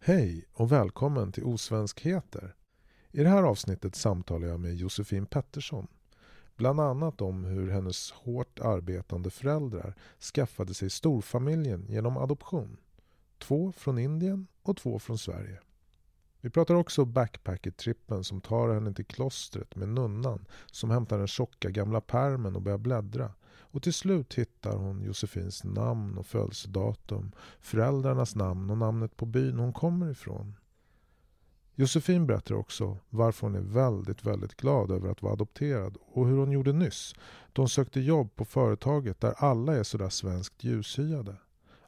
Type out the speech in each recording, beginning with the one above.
Hej och välkommen till Osvenskheter. I det här avsnittet samtalar jag med Josefin Pettersson. Bland annat om hur hennes hårt arbetande föräldrar skaffade sig storfamiljen genom adoption. Två från Indien och två från Sverige. Vi pratar också backpackertrippen som tar henne till klostret med nunnan som hämtar den tjocka gamla pärmen och börjar bläddra. Och till slut hittar hon Josefins namn och födelsedatum, föräldrarnas namn och namnet på byn hon kommer ifrån. Josefin berättar också varför hon är väldigt, väldigt glad över att vara adopterad och hur hon gjorde nyss då hon sökte jobb på företaget där alla är sådär svenskt ljushyade.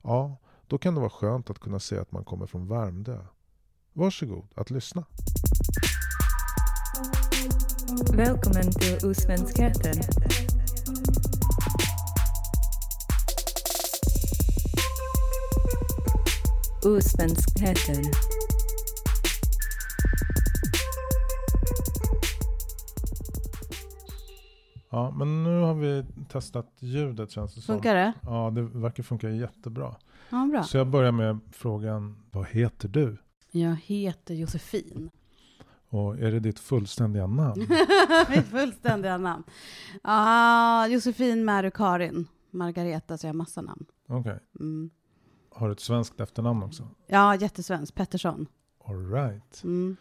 Ja, då kan det vara skönt att kunna säga att man kommer från Värmdö. Varsågod att lyssna. Välkommen till Osvenskheten. Osvenskheten. Ja, men nu har vi testat ljudet känns det som. Funkar det? Ja, det verkar funka jättebra. Ja, bra. Så jag börjar med frågan, vad heter du? Jag heter Josefin. Och är det ditt fullständiga namn? Mitt fullständiga namn. Ja, Josefin, Mary, Karin, Margareta, så jag har massa namn. Okej. Mm. Har du ett svenskt efternamn också? Ja, jättesvensk. Pettersson. All right. Mm.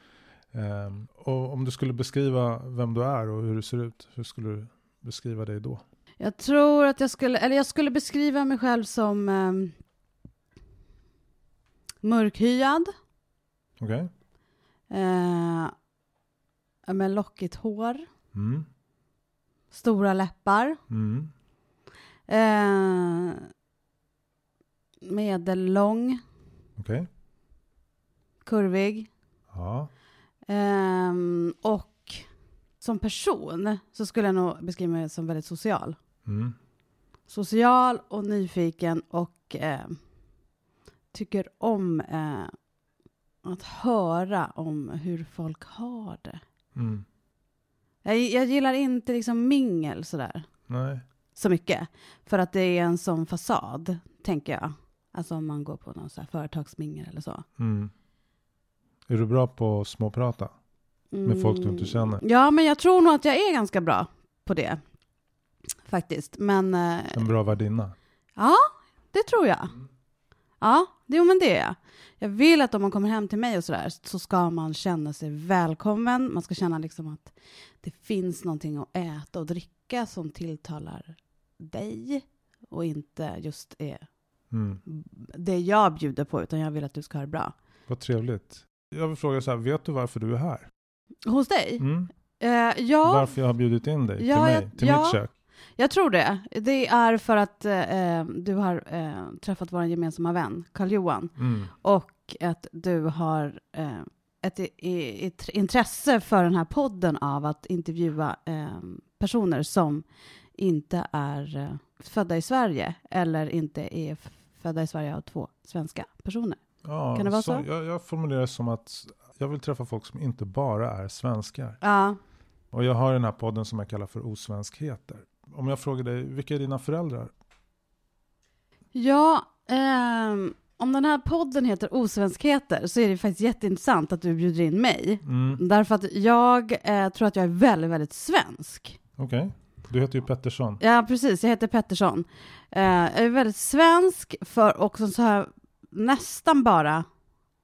Ehm, och om du skulle beskriva vem du är och hur du ser ut, hur skulle du beskriva dig då? Jag tror att jag skulle, eller jag skulle beskriva mig själv som ehm, mörkhyad, Okej? eh, med lockigt hår, Mm. stora läppar, Mm. eh, medellång, Okej. kurvig. Ja. Ehm, och som person så skulle jag nog beskriva mig som väldigt social. Mm. Social och nyfiken och ehm, tycker om eh, att höra om hur folk har det. Mm. Jag, jag gillar inte liksom mingel sådär Nej. så mycket. För att det är en sån fasad, tänker jag. Alltså om man går på någon så här företagsmingel eller så. Mm. Är du bra på att småprata? Med folk du inte känner. Mm. Ja, men jag tror nog att jag är ganska bra på det. Faktiskt. Men eh, En bra värdinna? det tror jag. Ja, det, jo men det är jag. Jag vill att om man kommer hem till mig och sådär så ska man känna sig välkommen. Man ska känna liksom att det finns någonting att äta och dricka som tilltalar dig och inte just är Mm. det jag bjuder på utan jag vill att du ska ha det bra. Vad trevligt. Jag vill fråga så här, vet du varför du är här? Hos dig? Mm. Eh, ja, Varför jag har bjudit in dig Ja, till jag- mig, till ja. mitt kök? Jag tror det. Det är för att eh, du har eh, träffat vår gemensamma vän, Karl-Johan, Mm. och att du har eh, ett, i- i- ett intresse för den här podden av att intervjua eh, personer som inte är eh, födda i Sverige eller inte är f- födda i Sverige av två svenska personer. Ja, Kan det vara så? Jag, jag formulerar det som att jag vill träffa folk som inte bara är svenskar. Ja, Och jag har den här podden som jag kallar för Osvenskheter. Om jag frågar dig, vilka är dina föräldrar? ja ehm, om den här podden heter Osvenskheter så är det faktiskt jätteintressant att du bjuder in mig. Mm. Därför att jag eh, tror att jag är väldigt, väldigt svensk. Okej, du heter ju Pettersson. Ja, precis. Jag heter Pettersson. Eh, jag är väldigt svensk för också så här nästan bara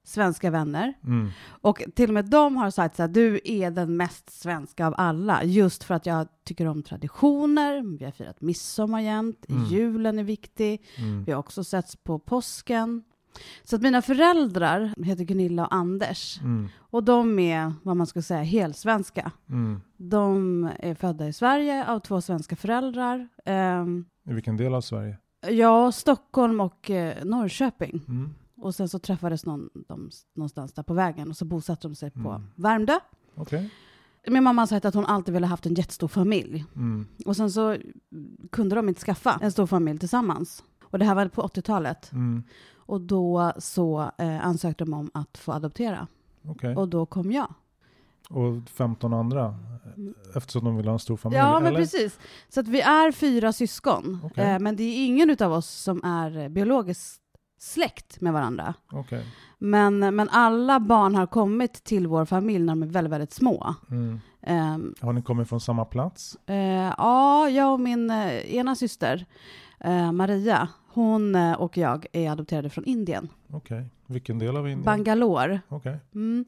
svenska vänner. Mm. Och till och med de har sagt så här, du är den mest svenska av alla. Just för att jag tycker om traditioner. Vi har firat midsommar jämt. Mm. Julen är viktig. Mm. Vi har också setts på påsken. Så att mina föräldrar heter Gunilla och Anders. Mm. Och de är, vad man ska säga, helsvenska. Mm. De är födda i Sverige av två svenska föräldrar. Ehm, I vilken del av Sverige? ja, Stockholm och eh, Norrköping. Mm. Och sen så träffades någon, de, någonstans där på vägen och så bosatte de sig på Mm. Värmdö. Okej. Min mamma har sagt att hon alltid ville haft en jättestor familj. Mm. Och sen så kunde de inte skaffa en stor familj tillsammans. Och det här var på 80-talet. Mm. Och då så eh, ansökte de om att få adoptera. Okej. Och då kom jag. Och 15 andra? Eftersom de vill ha en stor familj? Ja, men eller? precis. Så att vi är fyra syskon, Okej. eh, men det är ingen utav oss som är eh, biologiskt släkt med varandra. Okej. Men, men alla barn har kommit till vår familj när de är väldigt, väldigt små. Mm. Ehm, Har ni kommit från samma plats? eh, ja, jag och min eh, ena syster, eh, Maria, hon eh, och jag är adopterade från Indien, Okej. Vilken del av Indien? Bangalore. Okej. Mm.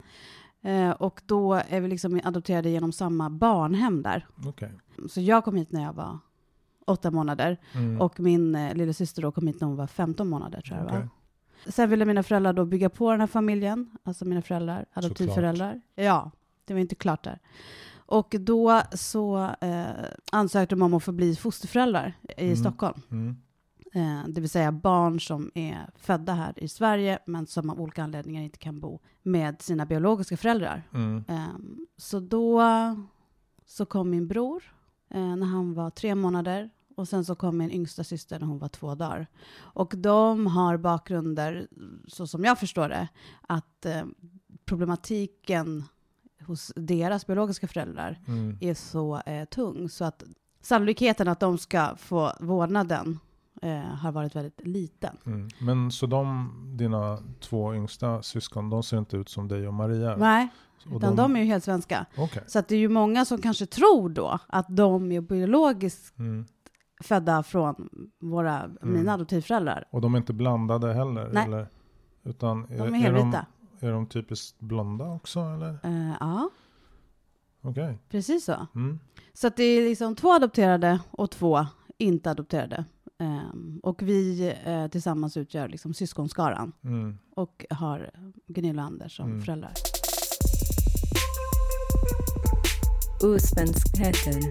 Eh, och då är vi liksom adopterade genom samma barnhem där. Okej. Så jag kom hit när jag var åtta månader Mm. och min eh, lilla syster då kom hit när hon var 15 månader tror jag det Okej. var. Sen ville mina föräldrar då bygga på den här familjen, alltså mina föräldrar, adoptivföräldrar. Ja, det var inte klart där. Och då så eh, ansökte de om att få bli fosterföräldrar i Mm. Stockholm. Mm. Eh, det vill säga barn som är födda här i Sverige men som av olika anledningar inte kan bo med sina biologiska föräldrar. Mm. Ehm, så då så kom min bror eh, när han var tre månader och sen så kom min yngsta syster när hon var två dagar. Och de har bakgrunder, så som jag förstår det, att eh, problematiken hos deras biologiska föräldrar Mm. är så eh, tung så att sannolikheten att de ska få vårdnaden eh, har varit väldigt liten. Mm. Men så de, dina två yngsta syskon, de ser inte ut som dig och Maria? Nej, och utan de är ju helt svenska. Okej. Så att det är ju många som kanske tror då att de är biologiskt Mm. födda från våra, mina adoptivföräldrar. Och de är inte blandade heller? Nej. Eller? Utan är, De är är, de, helvita. är de typiskt blonda också? Eller? Eh, ja, Okej. precis så. Mm. Så att det är liksom två adopterade och två inte adopterade. Ehm, och vi eh, tillsammans utgör liksom syskonskaran Mm. och har Gunilla och Anders som Mm. föräldrar. Osvenskheten.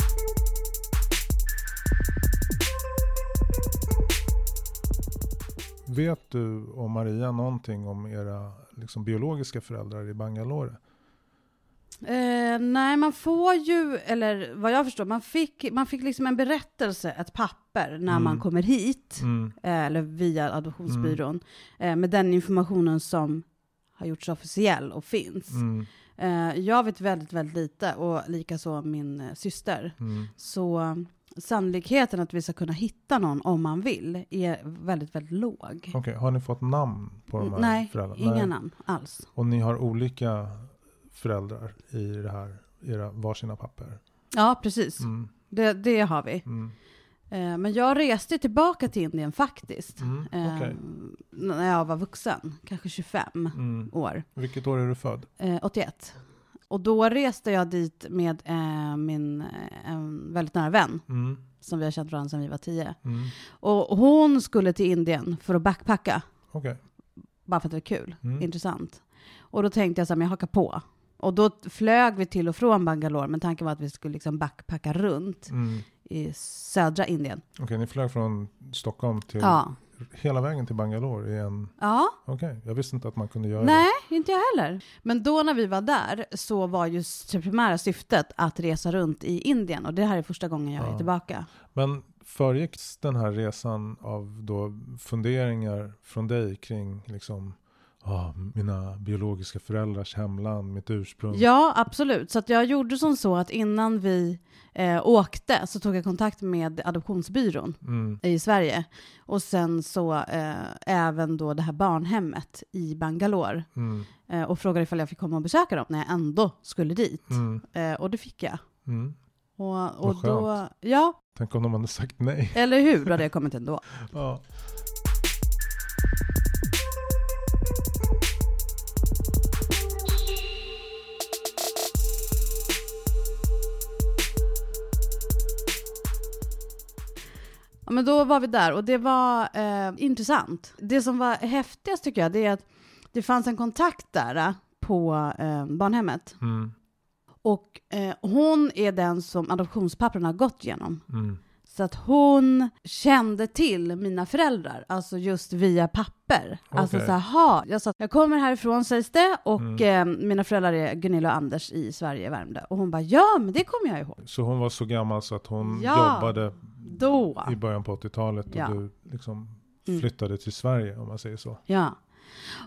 Vet du och Maria någonting om era liksom, biologiska föräldrar i Bangalore? Eh, nej, man får ju, eller vad jag förstår, man fick, man fick liksom en berättelse, ett papper, när Mm. man kommer hit. Mm. eh, eller via adoptionsbyrån, eh, med den informationen som har gjorts officiell och finns. Mm. Eh, jag vet väldigt, väldigt lite och likaså min eh, syster. Mm. Så eh, sannolikheten att vi ska kunna hitta någon om man vill är väldigt, väldigt låg. Mm, Okej, har ni fått namn på de här Nej, föräldrarna? inga namn alls. Och ni har olika föräldrar i det här, era varsina papper? Ja, precis. Mm. Det, det har vi. Mm. Eh, men jag reste tillbaka till Indien faktiskt. Mm. Eh, Okej. När jag var vuxen, kanske 25 Mm. år. Vilket år är du född? Eh, 81. Och då reste jag dit med eh, min eh, en väldigt nära vän Mm. som vi har känt varandra sedan vi var 10. Mm. Och hon skulle till Indien för att backpacka, Okej. bara för att det var kul, Mm. intressant. Och då tänkte jag så här, men jag hakar på. Och då flög vi till och från Bangalore, men tanken var att vi skulle liksom backpacka runt Mm. i södra Indien. Okej, ni flög från Stockholm till Ja. hela vägen till Bangalore i en... Ja, Okej, jag visste inte att man kunde göra nej, inte jag heller. Men då när vi var där så var ju det primära syftet att resa runt i Indien. Och det här är första gången jag Ja. är tillbaka. det. Men föregicks den här resan av då funderingar från dig kring liksom, ah, mina biologiska föräldrars hemland, mitt ursprung? Ja, absolut. Så att jag gjorde som så att innan vi eh, åkte så tog jag kontakt med adoptionsbyrån Mm, i Sverige. Och sen så eh, även då det här barnhemmet i Bangalore. mm, Eh, och frågade ifall jag fick komma och besöka dem när jag ändå skulle dit. mm, Eh, och det fick jag. mm. Och, och skönt. då, ja, Tänk om de hade sagt nej. eller hur? Då hade jag kommit ändå. Ja. Ja, men då var vi där och det var eh, intressant. Det som var häftigast tycker jag, det är att det fanns en kontakt där eh, på eh, barnhemmet. Mm, Och eh, hon är den som adoptionspapperna har gått igenom. mm, Så att hon kände till mina föräldrar, alltså just via papper. Alltså Okej. så här, "Ha." jag sa, jag kommer härifrån sägs det och Mm. eh, mina föräldrar är Gunilla och Anders i Sverige, Värmdö. Och hon bara, ja men det kommer jag ihåg. Så hon var så gammal så att hon Ja. jobbade Då. i början på 80-talet och Ja. du liksom Mm. flyttade till Sverige om man säger så. Ja.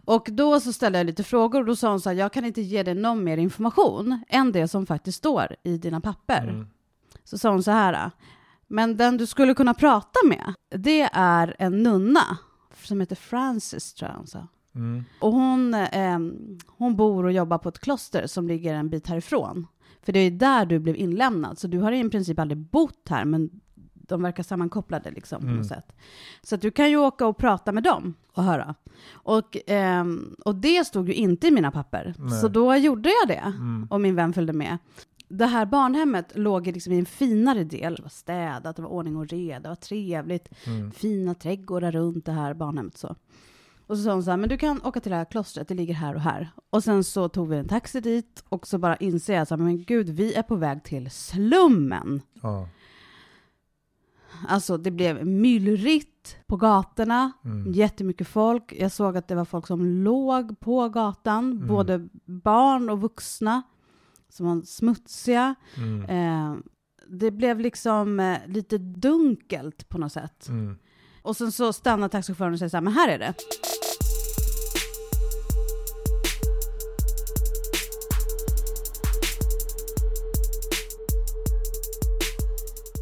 Och då så ställde jag lite frågor och då sa hon så här, jag kan inte ge dig någon mer information än det som faktiskt står i dina papper. Mm, så sa hon så här. Men den du skulle kunna prata med, det är en nunna som heter Frances, tror jag hon sa. Mm. Och hon, ehm, hon bor och jobbar på ett kloster som ligger en bit härifrån. För det är där du blev inlämnad, så du har i princip aldrig bott här, men de verkar sammankopplade liksom på Mm. något sätt. Så att du kan ju åka och prata med dem och höra. Och, ehm, och det stod ju inte i mina papper, Nej. så då gjorde jag det. Mm. Och min vän följde med. Det här barnhemmet låg liksom i en finare del. Det var städat, det var ordning och reda, det var trevligt. Mm. Fina trädgårdar runt det här barnhemmet. Så. Och så sa hon så här, men du kan åka till det här klostret, det ligger här och här. Och sen så tog vi en taxi dit och så bara inser jag så här, men gud, vi är på väg till slummen. Ja. Alltså det blev myllrigt på gatorna, Mm. jättemycket folk. Jag såg att det var folk som låg på gatan, Mm. både barn och vuxna som var smutsiga. Mm. Eh, det blev liksom eh, lite dunkelt på något sätt. Mm. Och sen så stannar taxichauffören och säger så här, men här är det.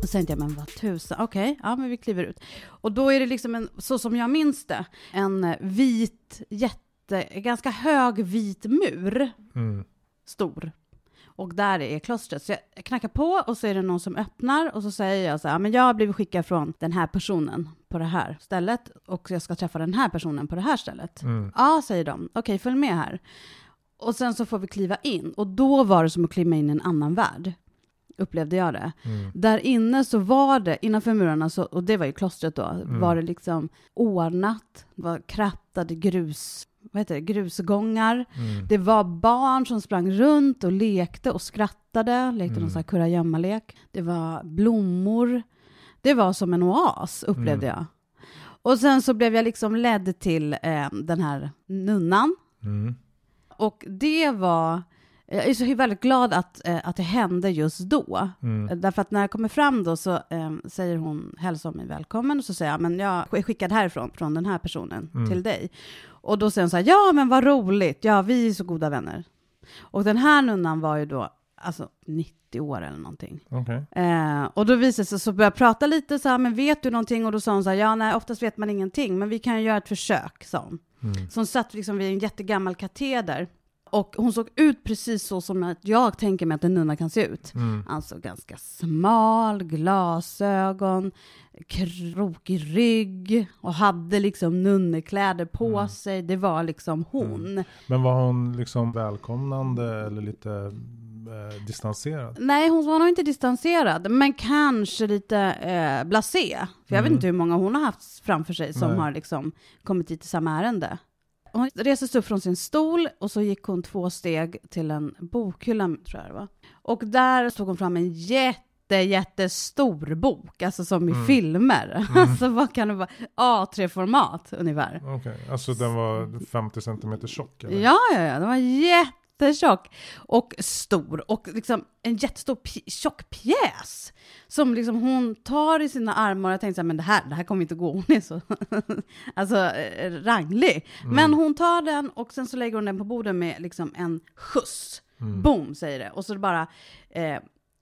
Och sen tänkte jag, men vad tusan, okej, ja men vi kliver ut. Och då är det liksom en, så som jag minns det, en eh, vit, jätte, ganska hög vit mur Mm. stor. Och där är klostret. Så jag knackar på och så är det någon som öppnar och så säger jag så här, "Ja, men jag har blivit skickad från den här personen på det här stället och jag ska träffa den här personen på det här stället. Mm. Ja, säger de. Okej, följ med här. Och sen så får vi kliva in och då var det som att kliva in i en annan värld. Upplevde jag det. Mm. Där inne så var det, innanför murarna, så, och det var ju klostret då, var det liksom ordnat, det var krattade grus, vad heter det, grusgångar. Mm. Det var barn som sprang runt och lekte och skrattade, lekte någon sån här kurragömmalek. Det var blommor. Det var som en oas, upplevde jag. Och sen så blev jag liksom ledd till eh, den här nunnan. Mm. Och det var... Jag är så väldigt glad att, eh, att det hände just då. Eh, Mm. Därför att när jag kommer fram då så eh, säger hon hälsa mig välkommen och så säger jag men jag är skickad härifrån från den här personen till dig. Och då säger hon så här ja men vad roligt, ja vi är så goda vänner. Och den här nunnan var ju då alltså 90 år eller någonting. Okej. Eh, och då visade det sig, så började jag prata lite så här, men vet du någonting? Och då sa hon så här, ja nej, oftast vet man ingenting, men vi kan ju göra ett försök, sa hon. Mm. Så hon satt liksom vid en jättegammal kateder. Och hon såg ut precis så som att jag tänker mig att en nunna kan se ut. Mm. Alltså ganska smal, glasögon, krokig rygg och hade liksom nunnekläder på sig. Det var liksom hon. Men var hon liksom välkomnande eller lite eh, distanserad? Nej, hon var nog inte distanserad, men kanske lite eh, blasé. För jag vet inte hur många hon har haft framför sig som Nej. har liksom kommit hit i samma ärende. Hon reste sig upp från sin stol och så gick hon två steg till en bokhylla, tror jag det var. Och där tog hon fram en jätte, jättestor bok, alltså som i filmer. alltså vad kan det vara? A3-format ungefär. Okej, alltså den var 50 centimeter tjock? Eller? Ja, ja, ja, den var jättetjock och stor och liksom en jättestor pi- tjock pjäs som liksom hon tar i sina armar och jag tänkte så här, men det här, det här kommer inte gå, hon är så alltså, eh, ranglig. Men hon tar den och sen så lägger hon den på bordet med liksom en skjuts. Mm. Boom, säger det. Och så bara eh,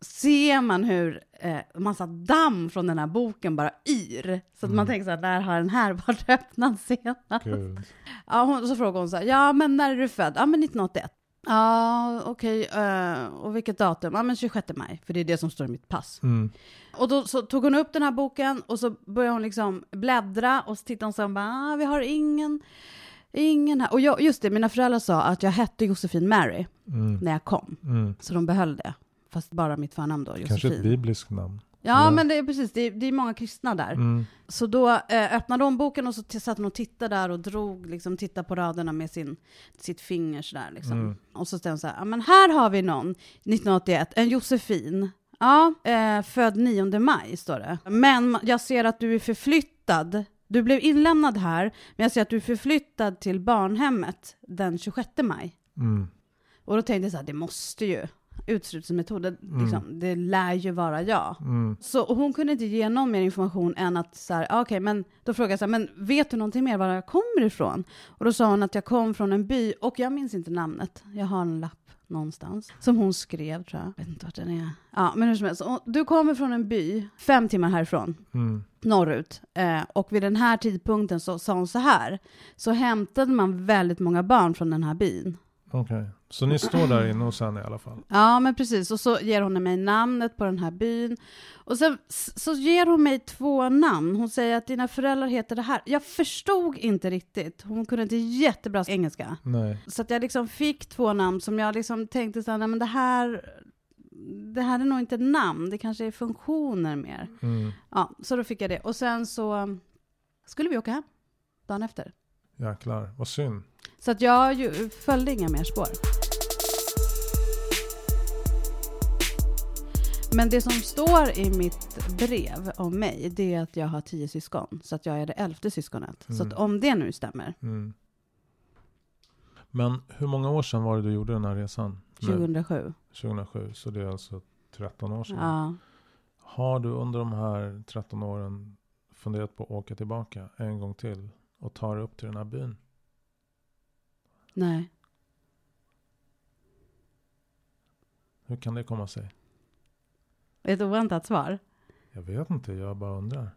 ser man hur eh, massa damm från den här boken bara yr. Så att man tänker så här, där har den här varit öppnad senast. Gud. Ja, hon, så frågade hon så här, ja men när är du född? Ja men 1981. Ja okej, eh, och vilket datum? Ja men 26 maj, för det är det som står i mitt pass. Mm. Och då så tog hon upp den här boken och så började hon liksom bläddra och så tittade hon så här och bara, ah, vi har ingen, ingen här. Och jag, just det, mina föräldrar sa att jag hette Josefin Mary Mm. när jag kom, Mm. så de behöll det. Fast bara mitt förnamn då, Kanske Josefin. ett bibliskt namn? ja, Ja. men det är precis, det är, det är många kristna där. Mm. Så då eh, öppnade hon boken och så t- satt hon och tittade där och drog, liksom tittade på raderna med sin, sitt finger sådär liksom. Mm. Och så stämde hon såhär, ja men här har vi någon, 1981, en Josefin. Ja, eh, född 9 maj står det. Men ma- jag ser att du är förflyttad, du blev inlämnad här, men jag ser att du är förflyttad till barnhemmet den 26 maj. Mm. Och då tänkte jag såhär, det måste ju. utslutsmetoden, liksom, det lär ju vara jag. Mm. Så och hon kunde inte ge någon mer information än att så här, ah, okej, men då frågade jag så här, men vet du någonting mer var jag kommer ifrån? Och då sa hon att jag kom från en by och jag minns inte namnet. Jag har en lapp någonstans som hon skrev tror jag. Jag vet inte vart den är. Ja, men hur som helst. Och Du kommer från en by fem timmar härifrån Mm. norrut. Eh, och vid den här tidpunkten så sa hon så här, så hämtade man väldigt många barn från den här byn. Okej. Så ni står där inne hos henne i alla fall? Ja, men precis. Och så ger hon mig namnet på den här byn. Och sen s- så ger hon mig två namn. Hon säger att dina föräldrar heter det här. Jag förstod inte riktigt. Hon kunde inte jättebra engelska. Nej. Så att jag liksom fick två namn som jag liksom tänkte så här, nej men det här, det här är nog inte namn, det kanske är funktioner mer. Mm. Ja, så då fick jag det. Och sen så skulle vi åka hem dagen efter. Jäklar, vad synd. Så att jag ju, följde inga mer spår. Men det som står i mitt brev om mig, det är att jag har tio syskon. Så att jag är det elfte syskonet. Så att Mm. om det nu stämmer, Mm. Men hur många år sedan var det du gjorde den här resan? Nu, 2007. 2007, så det är alltså 13 år sedan. Ja. Har du under de här 13 åren funderat på att åka tillbaka en gång till och ta dig upp till den här byn? Nej. Hur kan det komma sig? Ett oväntat svar. Jag vet inte, jag bara undrar.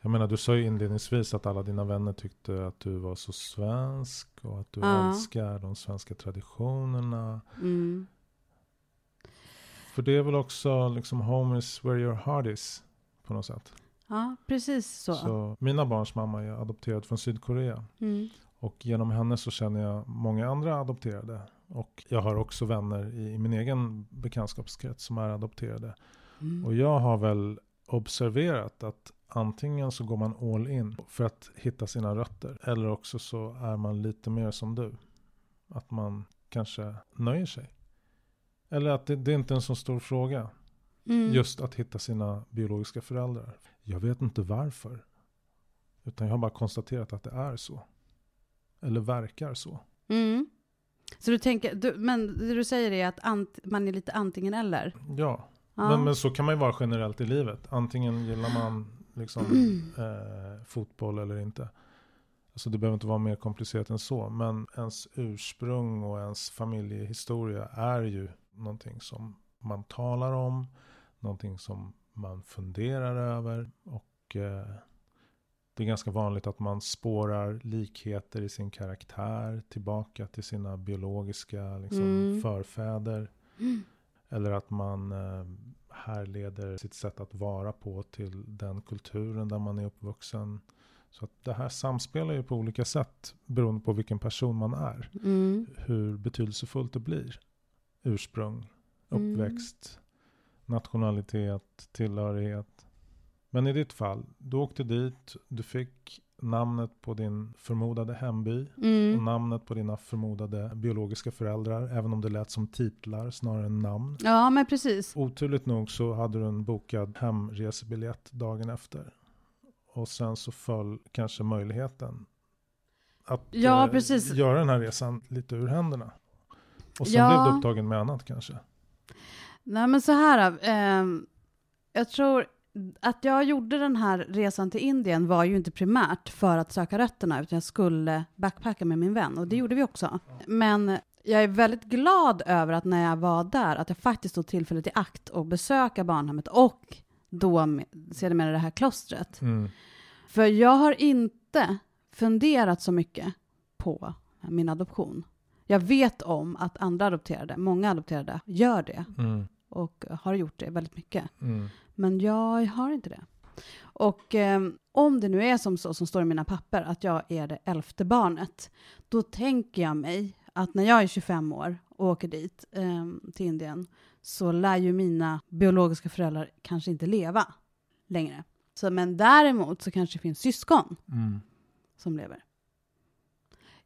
Jag menar, du sa ju inledningsvis att alla dina vänner tyckte att du var så svensk och att du Ja. älskar de svenska traditionerna. Mm. För det är väl också liksom home is where your heart is på något sätt. Ja, precis så. Så mina barns mamma är adopterad från Sydkorea. Mm. Och genom henne så känner jag många andra adopterade. Och jag har också vänner i, i min egen bekantskapskrets som är adopterade. Mm. Och jag har väl observerat att antingen så går man all in för att hitta sina rötter. Eller också så är man lite mer som du. Att man kanske nöjer sig. Eller att det, det är inte en så stor fråga. Mm. Just att hitta sina biologiska föräldrar. Jag vet inte varför. Utan jag har bara konstaterat att det är så. Eller verkar så. Mm. Så du tänker, du, men det du säger är att ant, man är lite antingen eller? Ja, Ja. Men, men så kan man ju vara generellt i livet. Antingen gillar man liksom, Mm. eh, fotboll eller inte. Alltså det behöver inte vara mer komplicerat än så. Men ens ursprung och ens familjehistoria är ju någonting som man talar om. Någonting som man funderar över. Och eh, det är ganska vanligt att man spårar likheter i sin karaktär tillbaka till sina biologiska liksom, Mm. förfäder. Eller att man eh, härleder sitt sätt att vara på till den kulturen där man är uppvuxen. Så att det här samspelar ju på olika sätt beroende på vilken person man är. Mm. Hur betydelsefullt det blir. Ursprung, Mm. uppväxt, nationalitet, tillhörighet. Men i ditt fall, du åkte dit, du fick namnet på din förmodade hemby och Mm. namnet på dina förmodade biologiska föräldrar, även om det lät som titlar snarare än namn. Ja, men precis. Oturligt nog så hade du en bokad hemresebiljett dagen efter. Och sen så föll kanske möjligheten att eh, Ja, precis. göra den här resan lite ur händerna. Och sen Ja. blev du upptagen med annat kanske. Nej, men så här. ehm, jag tror att jag gjorde den här resan till Indien var ju inte primärt för att söka rötterna, utan jag skulle backpacka med min vän och det gjorde vi också. Men jag är väldigt glad över att när jag var där, att jag faktiskt tog tillfället i akt och besöka barnhemmet och då med- sedermera det här klostret. Mm. För jag har inte funderat så mycket på min adoption. Jag vet om att andra adopterade, många adopterade, gör det Mm. och har gjort det väldigt mycket. Mm. Men jag har inte det. Och eh, om det nu är som så som står i mina papper, att jag är det elfte barnet, då tänker jag mig att när jag är 25 år och åker dit, eh, till Indien, så lär ju mina biologiska föräldrar kanske inte leva längre. Så, men däremot så kanske det finns syskon Mm. som lever.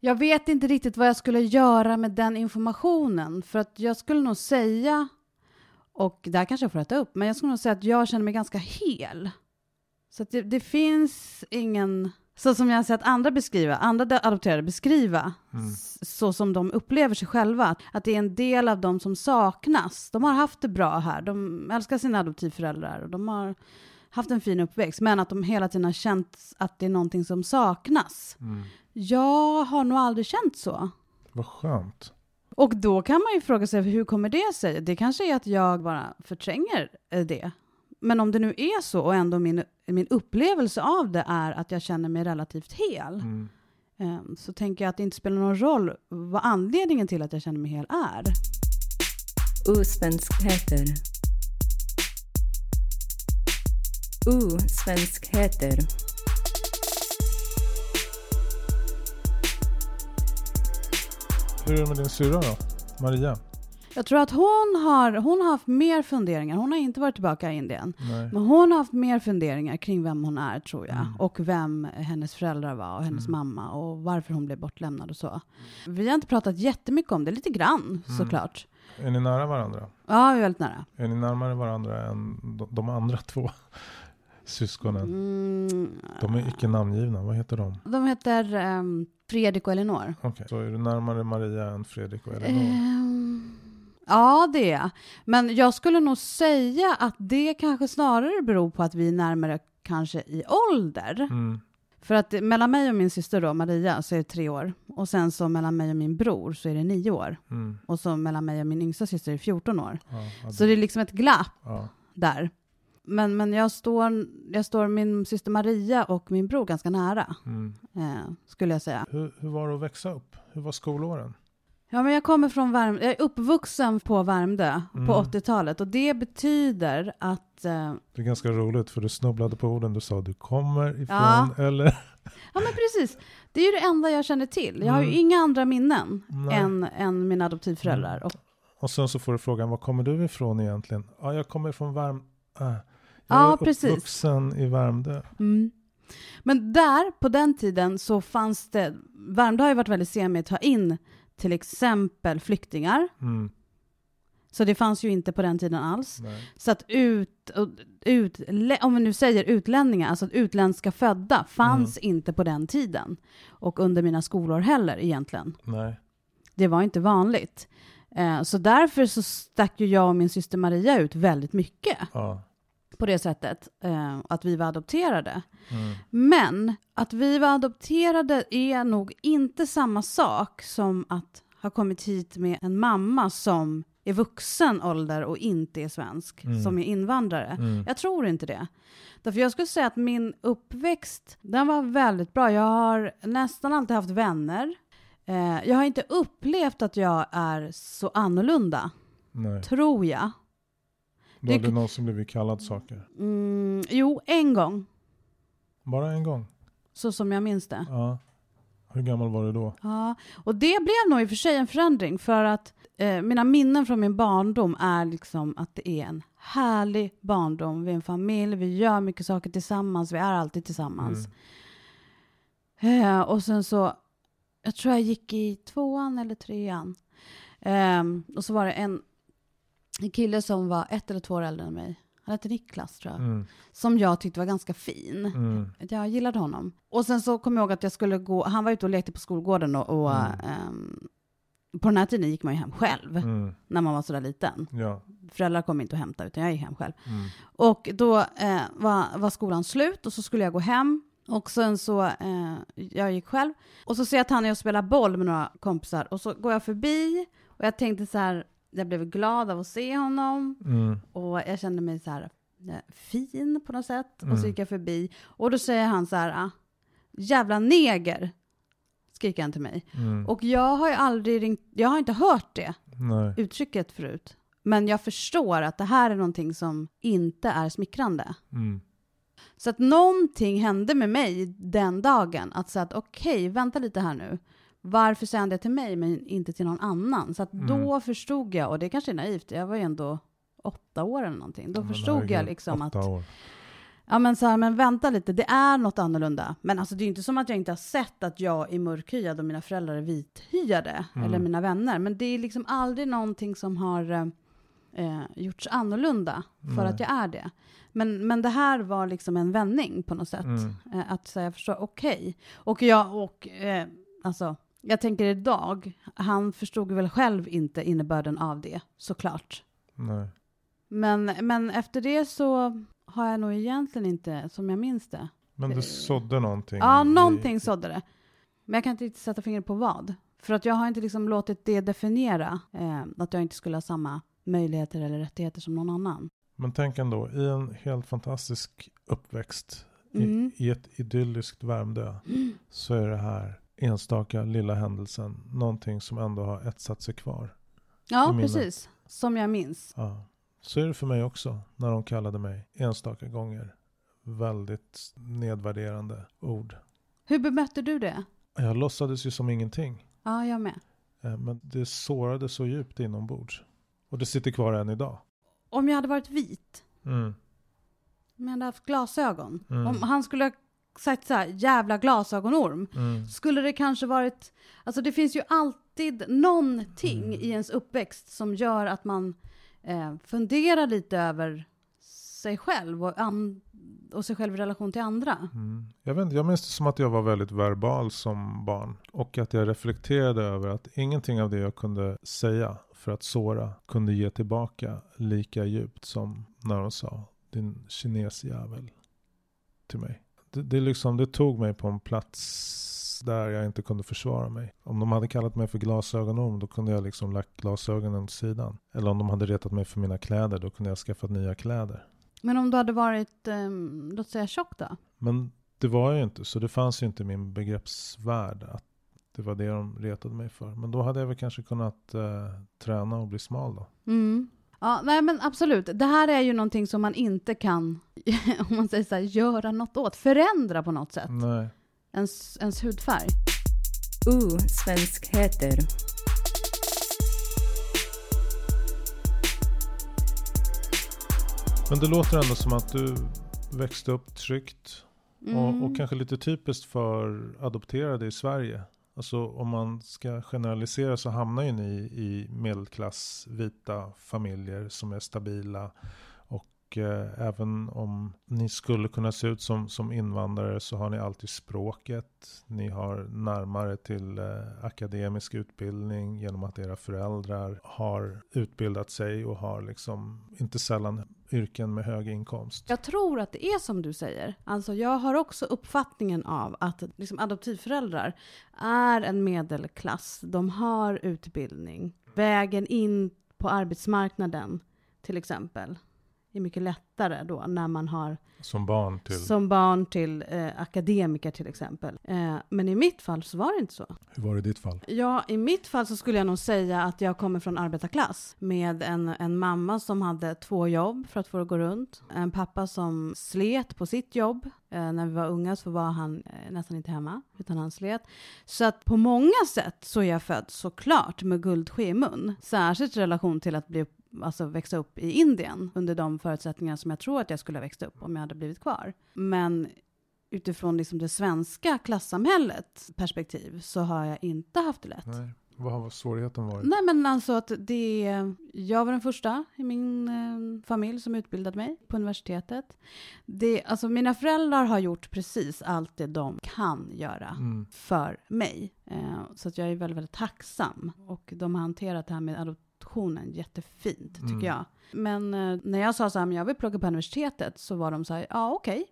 Jag vet inte riktigt vad jag skulle göra med den informationen, för att jag skulle nog säga, och där kanske jag får rätta upp, men jag skulle nog säga att jag känner mig ganska hel. Så att det, det finns ingen Så som jag har sett andra beskriva, andra de- adopterade beskriva, s- så som de upplever sig själva, att det är en del av dem som saknas. De har haft det bra här, de älskar sina adoptivföräldrar och de har haft en fin uppväxt, men att de hela tiden har känt att det är någonting som saknas. mm. Jag har nog aldrig känt så. Vad skönt. Och då kan man ju fråga sig, hur kommer det sig? Det kanske är att jag bara förtränger eh, det. Men om det nu är så och ändå min, min upplevelse av det är att jag känner mig relativt hel, Mm. eh, så tänker jag att det inte spelar någon roll vad anledningen till att jag känner mig hel är. Osvenskheter. Osvenskheter. Hur är det med din syrra då? Maria? Jag tror att hon har, hon har haft mer funderingar, hon har inte varit tillbaka i Indien, Nej. men hon har haft mer funderingar kring vem hon är tror jag, Mm. och vem hennes föräldrar var och hennes Mm. mamma och varför hon blev bortlämnad och så. Vi har inte pratat jättemycket om det, lite grann Mm. såklart. Är ni nära varandra? Ja, vi är väldigt nära. Är ni närmare varandra än de, de andra två syskonen? Mm, De är icke namngivna. Vad heter de? de heter ehm, Fredrik och Elinor. Okej, så är du närmare Maria än Fredrik och Elinor? Ehm, ja, det är jag. Men jag skulle nog säga att det kanske snarare beror på att vi är närmare kanske i ålder. Mm. För att det- mellan mig och min syster då, Maria, så är det tre år. Och sen så mellan mig och min bror så är det nio år. Mm. Och så mellan mig och min yngsta syster är det 14 år. Ja, ja, Så det är liksom ett glapp ja. där. Men, men jag, står, jag står min syster Maria och min bror ganska nära, Mm. eh, skulle jag säga. Hur, hur var det att växa upp? Hur var skolåren? Ja, men jag kommer från Värmdö. Jag är uppvuxen på Värmdö Mm. på 80-talet och det betyder att... Eh, Det är ganska roligt för du snubblade på orden. Du sa du kommer ifrån Ja. eller? ja, men precis. Det är ju det enda jag känner till. Jag har ju Mm. inga andra minnen Nej. än, än mina adoptivföräldrar. Mm. Och, Och sen så får du frågan, var kommer du ifrån egentligen? Ja, jag kommer från Värmdö. Jag Ja, är precis. uppvuxen i Värmdö. mm. Men där, på den tiden, så fanns det... Värmdö har ju varit väldigt sen med att ta in till exempel flyktingar. Mm, Så det fanns ju inte på den tiden alls. nej. Så att ut, ut, om vi nu säger utlänningar, alltså att utländska födda fanns inte på den tiden. Och under mina skolår heller egentligen. nej. Det var inte vanligt. Eh, så därför så stack ju jag och min syster Maria ut väldigt mycket Ja. på det sättet, eh, att vi var adopterade. Mm, Men att vi var adopterade är nog inte samma sak som att ha kommit hit med en mamma som är vuxen ålder och inte är svensk, Mm. som är invandrare. mm, Jag tror inte det. Därför jag skulle säga att min uppväxt, den var väldigt bra. Jag har nästan alltid haft vänner. Eh, jag har inte upplevt att jag är så annorlunda, nej. tror jag. Du har det- aldrig någonsin blivit kallad saker? Mm, jo, en gång, Bara en gång? så som jag minns det. Ja. Hur gammal var du då? Ja, och det blev nog i och för sig en förändring för att eh, mina minnen från min barndom är liksom att det är en härlig barndom. Vi är en familj, vi gör mycket saker tillsammans, vi är alltid tillsammans. Eh, och sen så, jag tror jag gick i tvåan eller trean. Ehm, och så var det en, en kille som var ett eller två år äldre än mig. Han hette Niklas tror jag. Mm, Som jag tyckte var ganska fin. mm, Jag gillade honom. Och sen så kom jag ihåg att jag skulle gå, han var ute och lekte på skolgården och, och Mm. ehm, på den här tiden gick man ju hem själv mm, när man var sådär liten. ja. Föräldrar kom inte och hämtade utan jag gick hem själv. Mm, Och då eh, var, var skolan slut och så skulle jag gå hem. Och sen så, eh, jag gick själv. Och så ser jag att han är och spelar boll med några kompisar. Och så går jag förbi och jag tänkte så här, jag blev glad av att se honom. mm, Och jag kände mig så här eh, fin på något sätt. Och så Mm. gick jag förbi. Och då säger han så här, "Ah, jävla neger, skriker han till mig. mm, Och jag har ju aldrig ringt, jag har inte hört det nej. Mm. uttrycket förut. Men jag förstår att det här är någonting som inte är smickrande. Mm, Så att någonting hände med mig den dagen. Att säga att okej, vänta lite här nu. Varför säger han det till mig men inte till någon annan? Så att Mm. då förstod jag, och det kanske är naivt, jag var ju ändå åtta år eller någonting. Då Men förstod jag herregud, liksom att, åtta år. ja men så här, men vänta lite, det är något annorlunda. Men alltså det är ju inte som att jag inte har sett att jag är mörkhyad och mina föräldrar är vithyade, Mm. eller mina vänner. Men det är liksom aldrig någonting som har eh, eh, gjorts annorlunda för Nej. att jag är det. Men, men det här var liksom en vändning på något sätt. Mm. Eh, att säga förstår, okej. Och jag, och, eh, alltså, jag tänker idag, han förstod väl själv inte innebörden av det, såklart. Nej. Men, men efter det så har jag nog egentligen inte, som jag minns det. Men Eh, du sådde någonting? Ja, i- någonting sådde det. Men jag kan inte riktigt sätta fingret på vad. För att jag har inte liksom låtit det definiera eh, att jag inte skulle ha samma möjligheter eller rättigheter som någon annan. Men tänk ändå, i en helt fantastisk uppväxt Mm. i, i ett idylliskt Värmdö så är det här enstaka lilla händelsen någonting som ändå har etsat sig kvar. Ja, i minnet. precis. Som jag minns. Ja. Så är det för mig också när de kallade mig enstaka gånger väldigt nedvärderande ord. Hur bemötte du det? Jag låtsades ju som ingenting. Ja, jag med. eh, Men det sårade så djupt inombords. Och det sitter kvar än idag. Om jag hade varit vit, Mm. om jag hade haft glasögon. Mm. Om han skulle ha sagt så här, jävla glasögonorm. Mm. Skulle det kanske varit, alltså det finns ju alltid någonting Mm. i ens uppväxt som gör att man eh, funderar lite över sig själv och, an- och sig själv i relation till andra. Mm. Jag, vet inte, jag minns det som att jag var väldigt verbal som barn. Och att jag reflekterade över att ingenting av det jag kunde säga för att såra kunde ge tillbaka lika djupt som när de sa din kinesjävel till mig. Det, det, liksom, det tog mig på en plats där jag inte kunde försvara mig. Om de hade kallat mig för glasögonorm då kunde jag liksom lagt glasögonen åt sidan. Eller om de hade retat mig för mina kläder då kunde jag skaffat nya kläder. Men om du hade varit, eh, låt säga tjock då? Men det var jag ju inte, så det fanns ju inte i min begreppsvärld att det var det de retade mig för. Men då hade jag väl kanske kunnat eh, träna och bli smal då. Mm. Ja, nej men absolut. Det här är ju någonting som man inte kan, om man säger så här, göra något åt. Förändra på något sätt. Nej. Ens, ens hudfärg. Osvenskheter. Men det låter ändå som att du växte upp tryggt. Mm. Och, och kanske lite typiskt för adopterade i Sverige. Alltså om man ska generalisera så hamnar ju ni i medelklass vita familjer som är stabila. Och eh, även om ni skulle kunna se ut som, som invandrare så har ni alltid språket. Ni har närmare till eh, akademisk utbildning genom att era föräldrar har utbildat sig och har liksom inte sällan yrken med hög inkomst. Jag tror att det är som du säger. Alltså jag har också uppfattningen av att liksom, adoptivföräldrar är en medelklass. De har utbildning. Vägen in på arbetsmarknaden till exempel är mycket lättare då när man har Som barn till, som barn till eh, akademiker till exempel. Eh, men i mitt fall så var det inte så. hur var det i ditt fall? Ja, i mitt fall så skulle jag nog säga att jag kommer från arbetarklass med en, en mamma som hade två jobb för att få det att gå runt. En pappa som slet på sitt jobb. Eh, när vi var unga så var han eh, nästan inte hemma, utan han slet. Så att på många sätt så är jag född såklart med guldske i mun. Särskilt i relation till att bli Alltså växa upp i Indien under de förutsättningar som jag tror att jag skulle ha växt upp om jag hade blivit kvar. Men utifrån liksom det svenska klassamhällets perspektiv så har jag inte haft det lätt. Nej. Nej. Vad har svårigheten varit? men alltså att det, jag var den första i min eh, familj som utbildade mig på universitetet. Det, alltså mina föräldrar har gjort precis allt det de kan göra Mm. för mig. Eh, så att jag är väldigt, väldigt tacksam. Och de har hanterat det här med adoptionen jättefint, tycker Mm. jag. Men eh, när jag sa så här, men jag vill plugga på universitetet, så var de så här, ja okej.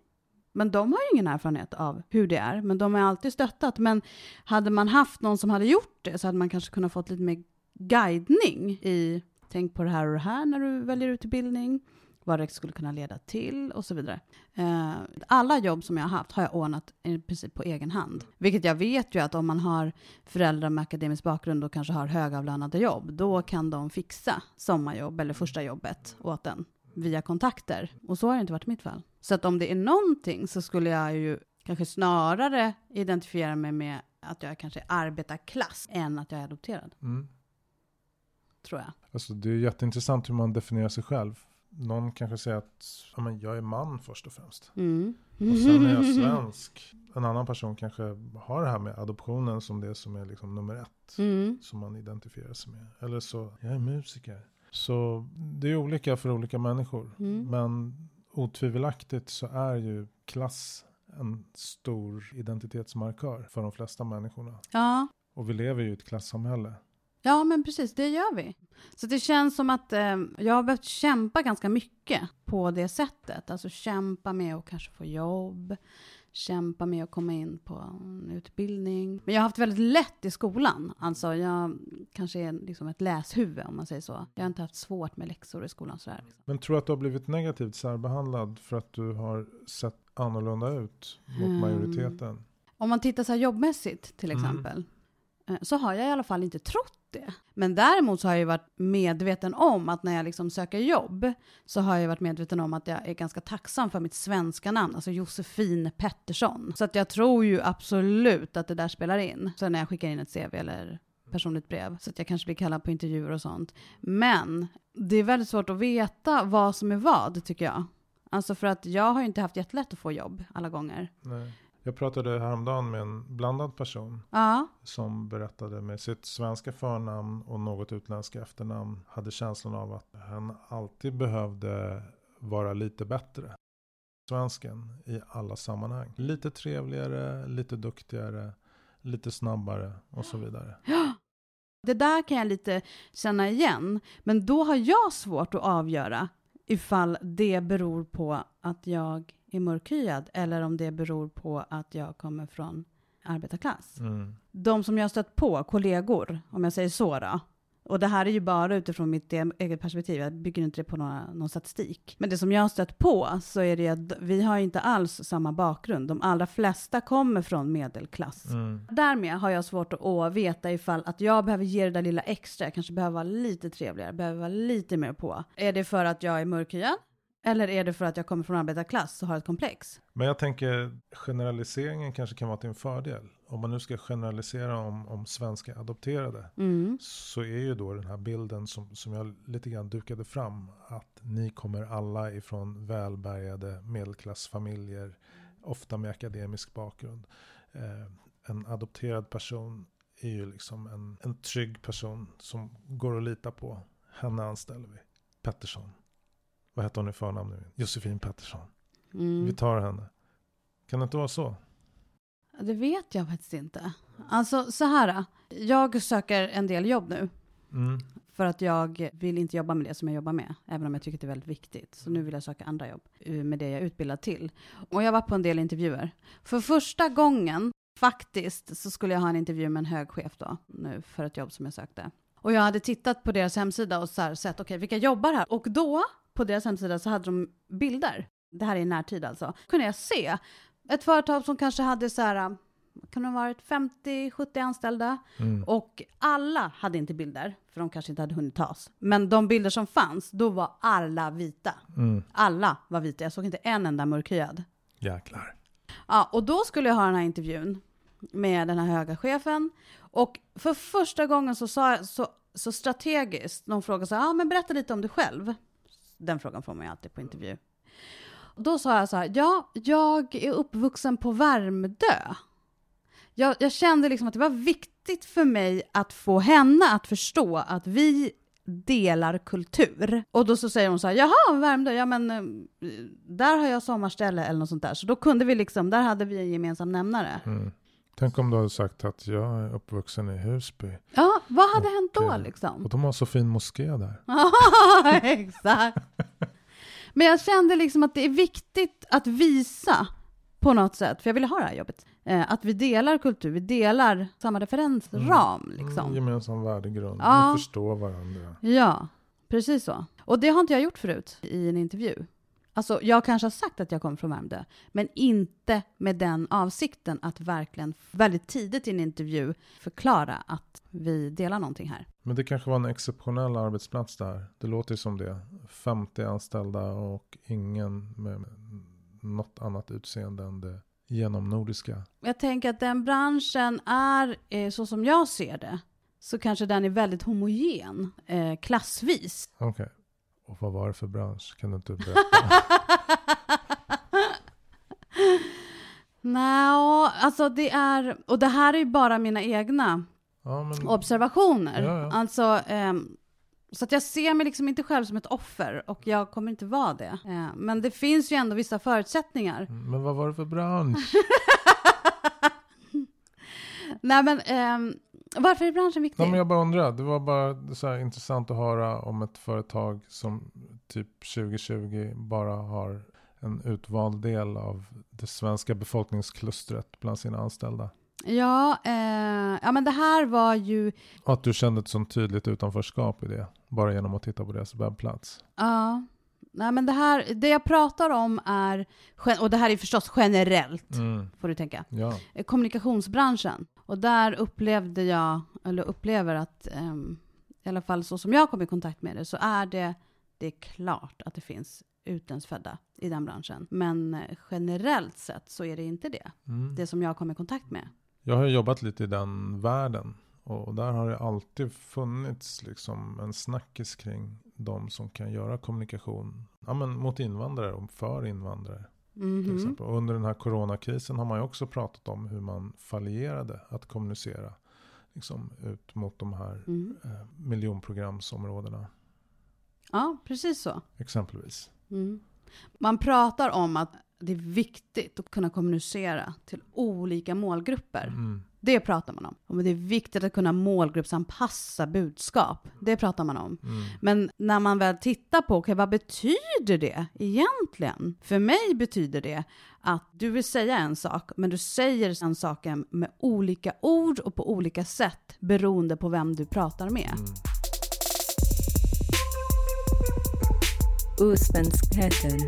Men de har ju ingen erfarenhet av hur det är, men de har alltid stöttat. Men hade man haft någon som hade gjort det så hade man kanske kunnat fått lite mer guidning i tänk på det här och det här när du väljer utbildning, vad det skulle kunna leda till och så vidare. Eh, alla jobb som jag har haft har jag ordnat i princip på egen hand. Vilket jag vet ju att om man har föräldrar med akademisk bakgrund och kanske har högavlönade jobb, då kan de fixa sommarjobb eller första jobbet åt en via kontakter. Och så har det inte varit i mitt fall. Så att om det är någonting så skulle jag ju kanske snarare identifiera mig med att jag kanske är arbetarklass än att jag är adopterad, Mm. tror jag. Alltså, det är jätteintressant hur man definierar sig själv. Någon kanske säger att ja, men jag är man först och främst. Mm. Och sen är jag svensk. En annan person kanske har det här med adoptionen som det som är liksom nummer ett. Mm. Som man identifierar sig med. Eller så, jag är musiker. Så det är olika för olika människor. Mm. Men otvivelaktigt så är ju klass en stor identitetsmarkör för de flesta människorna. Ja. Och vi lever ju i ett klassamhälle. ja, men precis, det gör vi. Så det känns som att eh, jag har behövt kämpa ganska mycket på det sättet. Alltså kämpa med att kanske få jobb, kämpa med att komma in på en utbildning. Men jag har haft väldigt lätt i skolan. Alltså jag kanske är liksom ett läshuvud om man säger så. Jag har inte haft svårt med läxor i skolan sådär. Men tror du att du har blivit negativt särbehandlad för att du har sett annorlunda ut mot Mm. majoriteten? Om man tittar så här jobbmässigt till Mm. exempel, eh, så har jag i alla fall inte trott det. Men däremot så har jag ju varit medveten om att när jag liksom söker jobb så har jag varit medveten om att jag är ganska tacksam för mitt svenska namn, alltså Josefin Pettersson. Så att jag tror ju absolut att det där spelar in. Sen när jag skickar in ett CV eller personligt brev, så att jag kanske blir kallad på intervjuer och sånt. Men det är väldigt svårt att veta vad som är vad, tycker jag. Alltså för att jag har ju inte haft jättelätt att få jobb alla gånger. Nej. Jag pratade häromdagen med en blandad person Ja, som berättade med sitt svenska förnamn och något utländska efternamn hade känslan av att han alltid behövde vara lite bättre. Svensken i alla sammanhang. Lite trevligare, lite duktigare, lite snabbare och så vidare. Det där kan jag lite känna igen, men då har jag svårt att avgöra ifall det beror på att jag är mörkhyad eller om det beror på att jag kommer från arbetarklass. Mm. De som jag har stött på, kollegor, om jag säger så då, och det här är ju bara utifrån mitt e- eget perspektiv, jag bygger inte det på några, någon statistik. Men det som jag har stött på så är det ju att vi har inte alls samma bakgrund. De allra flesta kommer från medelklass. Mm. Därmed har jag svårt att veta ifall att jag behöver ge det där lilla extra. Jag kanske behöver vara lite trevligare, behöver vara lite mer på. Är det för att jag är mörkhyad? Eller är det för att jag kommer från arbetarklass och har ett komplex? Men jag tänker generaliseringen kanske kan vara till en fördel. Om man nu ska generalisera om, om svenska adopterade Mm. så är ju då den här bilden som, som jag lite grann dukade fram att ni kommer alla ifrån välbärgade medelklassfamiljer, ofta med akademisk bakgrund. Eh, en adopterad person är ju liksom en, en trygg person som går att lita på. Henne anställer vi. Pettersson. Vad heter hon i förnamn nu? Josefin Pettersson. Vi Mm. tar henne. Kan det inte vara så? Det vet jag faktiskt inte. Alltså så här. då. Jag söker en del jobb nu. Mm. För att jag vill inte jobba med det som jag jobbar med, även om jag tycker att det är väldigt viktigt. Så nu vill jag söka andra jobb eh, med det jag är utbildad till. Och jag var på en del intervjuer. För första gången, faktiskt, så skulle jag ha en intervju med en hög chef då, nu för ett jobb som jag sökte. Och jag hade tittat på deras hemsida och så här, sett, okej, vilka jobbar här? Och då, på deras hemsida, så hade de bilder. Det här är i närtid alltså. Kunde jag se ett företag som kanske hade så här, eh, kan det ha varit 50-70 anställda? Mm. Och alla hade inte bilder, för de kanske inte hade hunnit tas. Men de bilder som fanns, då var alla vita. Mm. Alla var vita, jag såg inte en enda mörkhyad. Jäklar. Ja, och då skulle jag ha den här intervjun med den här höga chefen. Och för första gången så sa jag så, så strategiskt, någon frågade så här, ah, men berätta lite om dig själv. Den frågan får man ju alltid på intervju. Och då sa jag så här, ja, jag är uppvuxen på Värmdö. Jag, jag kände liksom att det var viktigt för mig att få henne att förstå att vi delar kultur. Och då så säger hon så här, jaha, Värmdö, ja men eh, där har jag sommarställe eller något sånt där. Så då kunde vi liksom, där hade vi en gemensam nämnare. Mm. Tänk om du hade sagt att jag är uppvuxen i Husby. Ja, vad hade Och, hänt då eh, liksom? Och de har så fin moské där. Ja, exakt. Men jag kände liksom att det är viktigt att visa på något sätt, för jag ville ha det här jobbet, eh, att vi delar kultur, vi delar samma referensram liksom. Mm, gemensam värdegrund. Ja. Ni förstår varandra. Ja, precis så. Och det har inte jag gjort förut i en intervju. Alltså, jag kanske har sagt att jag kommer från Värmdö, men inte med den avsikten att verkligen väldigt tidigt i en intervju förklara att vi delar någonting här. Men det kanske var en exceptionell arbetsplats där. Det låter ju som det. 50 anställda och ingen med något annat utseende än det genomnordiska. Jag tänker att den branschen är, eh, så som jag ser det, så kanske den är väldigt homogen, eh, klassvis. Okej. Och vad var det för bransch? Kan du inte berätta? Nja, alltså det är, och det här är ju bara mina egna ja, men, observationer. Mm. Ja, ja. Alltså, ehm, Så att jag ser mig liksom inte själv som ett offer och jag kommer inte vara det. Eh, Men det finns ju ändå vissa förutsättningar. Mm, Men vad var det för bransch? Nej men, ehm, varför är branschen viktig? Nej, men jag bara undrar. Det var bara så här intressant att höra om ett företag som typ 2020 bara har en utvald del av det svenska befolkningsklustret bland sina anställda. Ja, eh, ja men det här var ju, Och att du kände ett sånt tydligt utanförskap i det. Bara genom att titta på deras webbplats. ja. Nej men det här, det jag pratar om är, gen- och det här är förstås generellt, Mm, får du tänka. ja. eh, kommunikationsbranschen. Och där upplevde jag, eller upplever att, ehm, i alla fall så som jag kom i kontakt med det, så är det, det är klart att det finns utlandsfödda i den branschen. Men eh, generellt sett så är det inte det, Mm. det som jag kom i kontakt med. Jag har ju jobbat lite i den världen. Och där har det alltid funnits liksom en snackis kring de som kan göra kommunikation ja, men mot invandrare och för invandrare. Till Mhm. exempel. Och under den här coronakrisen har man ju också pratat om hur man fallerade att kommunicera liksom, ut mot de här Mm. eh, miljonprogramsområdena. Ja, precis så. Exempelvis. Mm. Man pratar om att det är viktigt att kunna kommunicera till olika målgrupper. Mm. Det pratar man om. Om det är viktigt att kunna målgruppsanpassa budskap. Det pratar man om. Mm. Men när man väl tittar på, okej vad betyder det egentligen? För mig betyder det att du vill säga en sak, men du säger den saken med olika ord och på olika sätt beroende på vem du pratar med. Mm. Osvenskheten.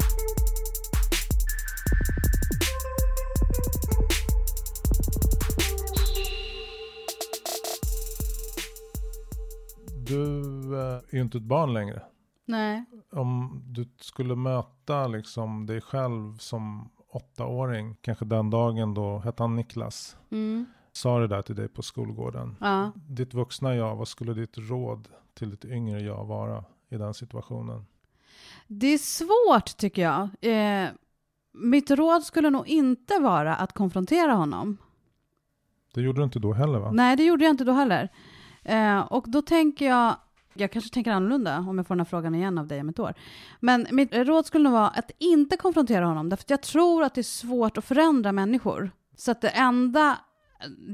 Du eh, är ju inte ett barn längre. Nej. Om du skulle möta liksom, dig själv som åttaåring, kanske den dagen då, hette han Niklas, Mm. sa det där till dig på skolgården. Ja. Ditt vuxna jag, vad skulle ditt råd till ditt yngre jag vara i den situationen? Det är svårt tycker jag. Eh, mitt råd skulle nog inte vara att konfrontera honom. Det gjorde du inte då heller va? Nej, det gjorde jag inte då heller. Eh, och då tänker jag, jag kanske tänker annorlunda om jag får den här frågan igen av dig om ett år. Men mitt råd skulle nog vara att inte konfrontera honom, därför att jag tror att det är svårt att förändra människor. Så att det enda,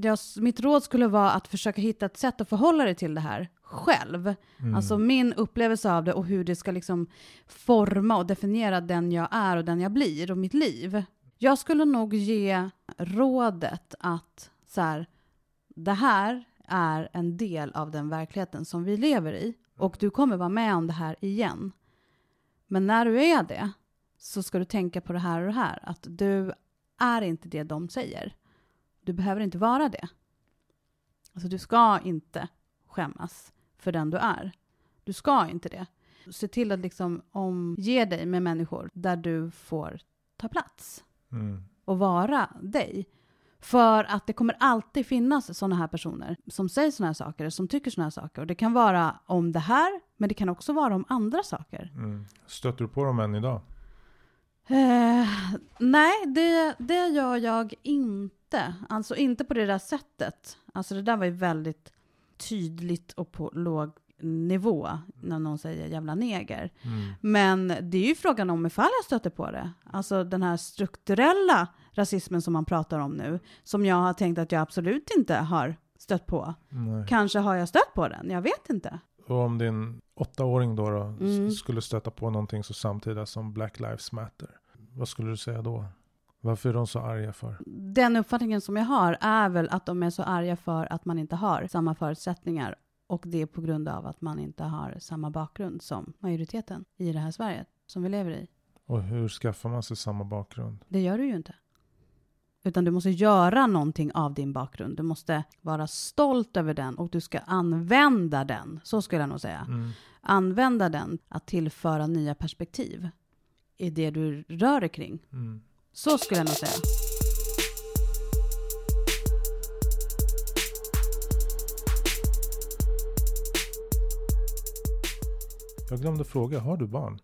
jag, mitt råd skulle vara att försöka hitta ett sätt att förhålla dig till det här själv. Mm. Alltså min upplevelse av det och hur det ska liksom forma och definiera den jag är och den jag blir och mitt liv. Jag skulle nog ge rådet att så här, det här är en del av den verkligheten som vi lever i och du kommer vara med om det här igen. Men när du är det så ska du tänka på det här och det här, att du är inte det de säger. Du behöver inte vara det. Alltså du ska inte skämmas för den du är. Du ska inte det. Se till att liksom omge dig med människor där du får ta plats Mm. och vara dig. För att det kommer alltid finnas sådana här personer som säger sådana här saker, som tycker sådana här saker. Och det kan vara om det här, men det kan också vara om andra saker. Mm. Stöter du på dem än idag? Eh, nej, det, det gör jag inte. Alltså inte på det där sättet. Alltså det där var ju väldigt tydligt och på låg nivå när någon säger jävla neger. Mm. Men det är ju frågan om ifall jag stöter på det. Alltså den här strukturella rasismen som man pratar om nu, som jag har tänkt att jag absolut inte har stött på. Nej. Kanske har jag stött på den, jag vet inte. Och om din åttaåring då, då s- Mm. skulle stöta på någonting så samtida som Black Lives Matter. Vad skulle du säga då? Varför är de så arga för? Den uppfattningen som jag har är väl att de är så arga för att man inte har samma förutsättningar och det är på grund av att man inte har samma bakgrund som majoriteten i det här Sverige som vi lever i. Och hur skaffar man sig samma bakgrund? Det gör du ju inte. Utan du måste göra någonting av din bakgrund. Du måste vara stolt över den och du ska använda den. Så skulle jag nog säga. Mm. Använda den att tillföra nya perspektiv i det du rör dig kring. Mm. Så skulle jag nog säga. Jag glömde fråga, har du barn?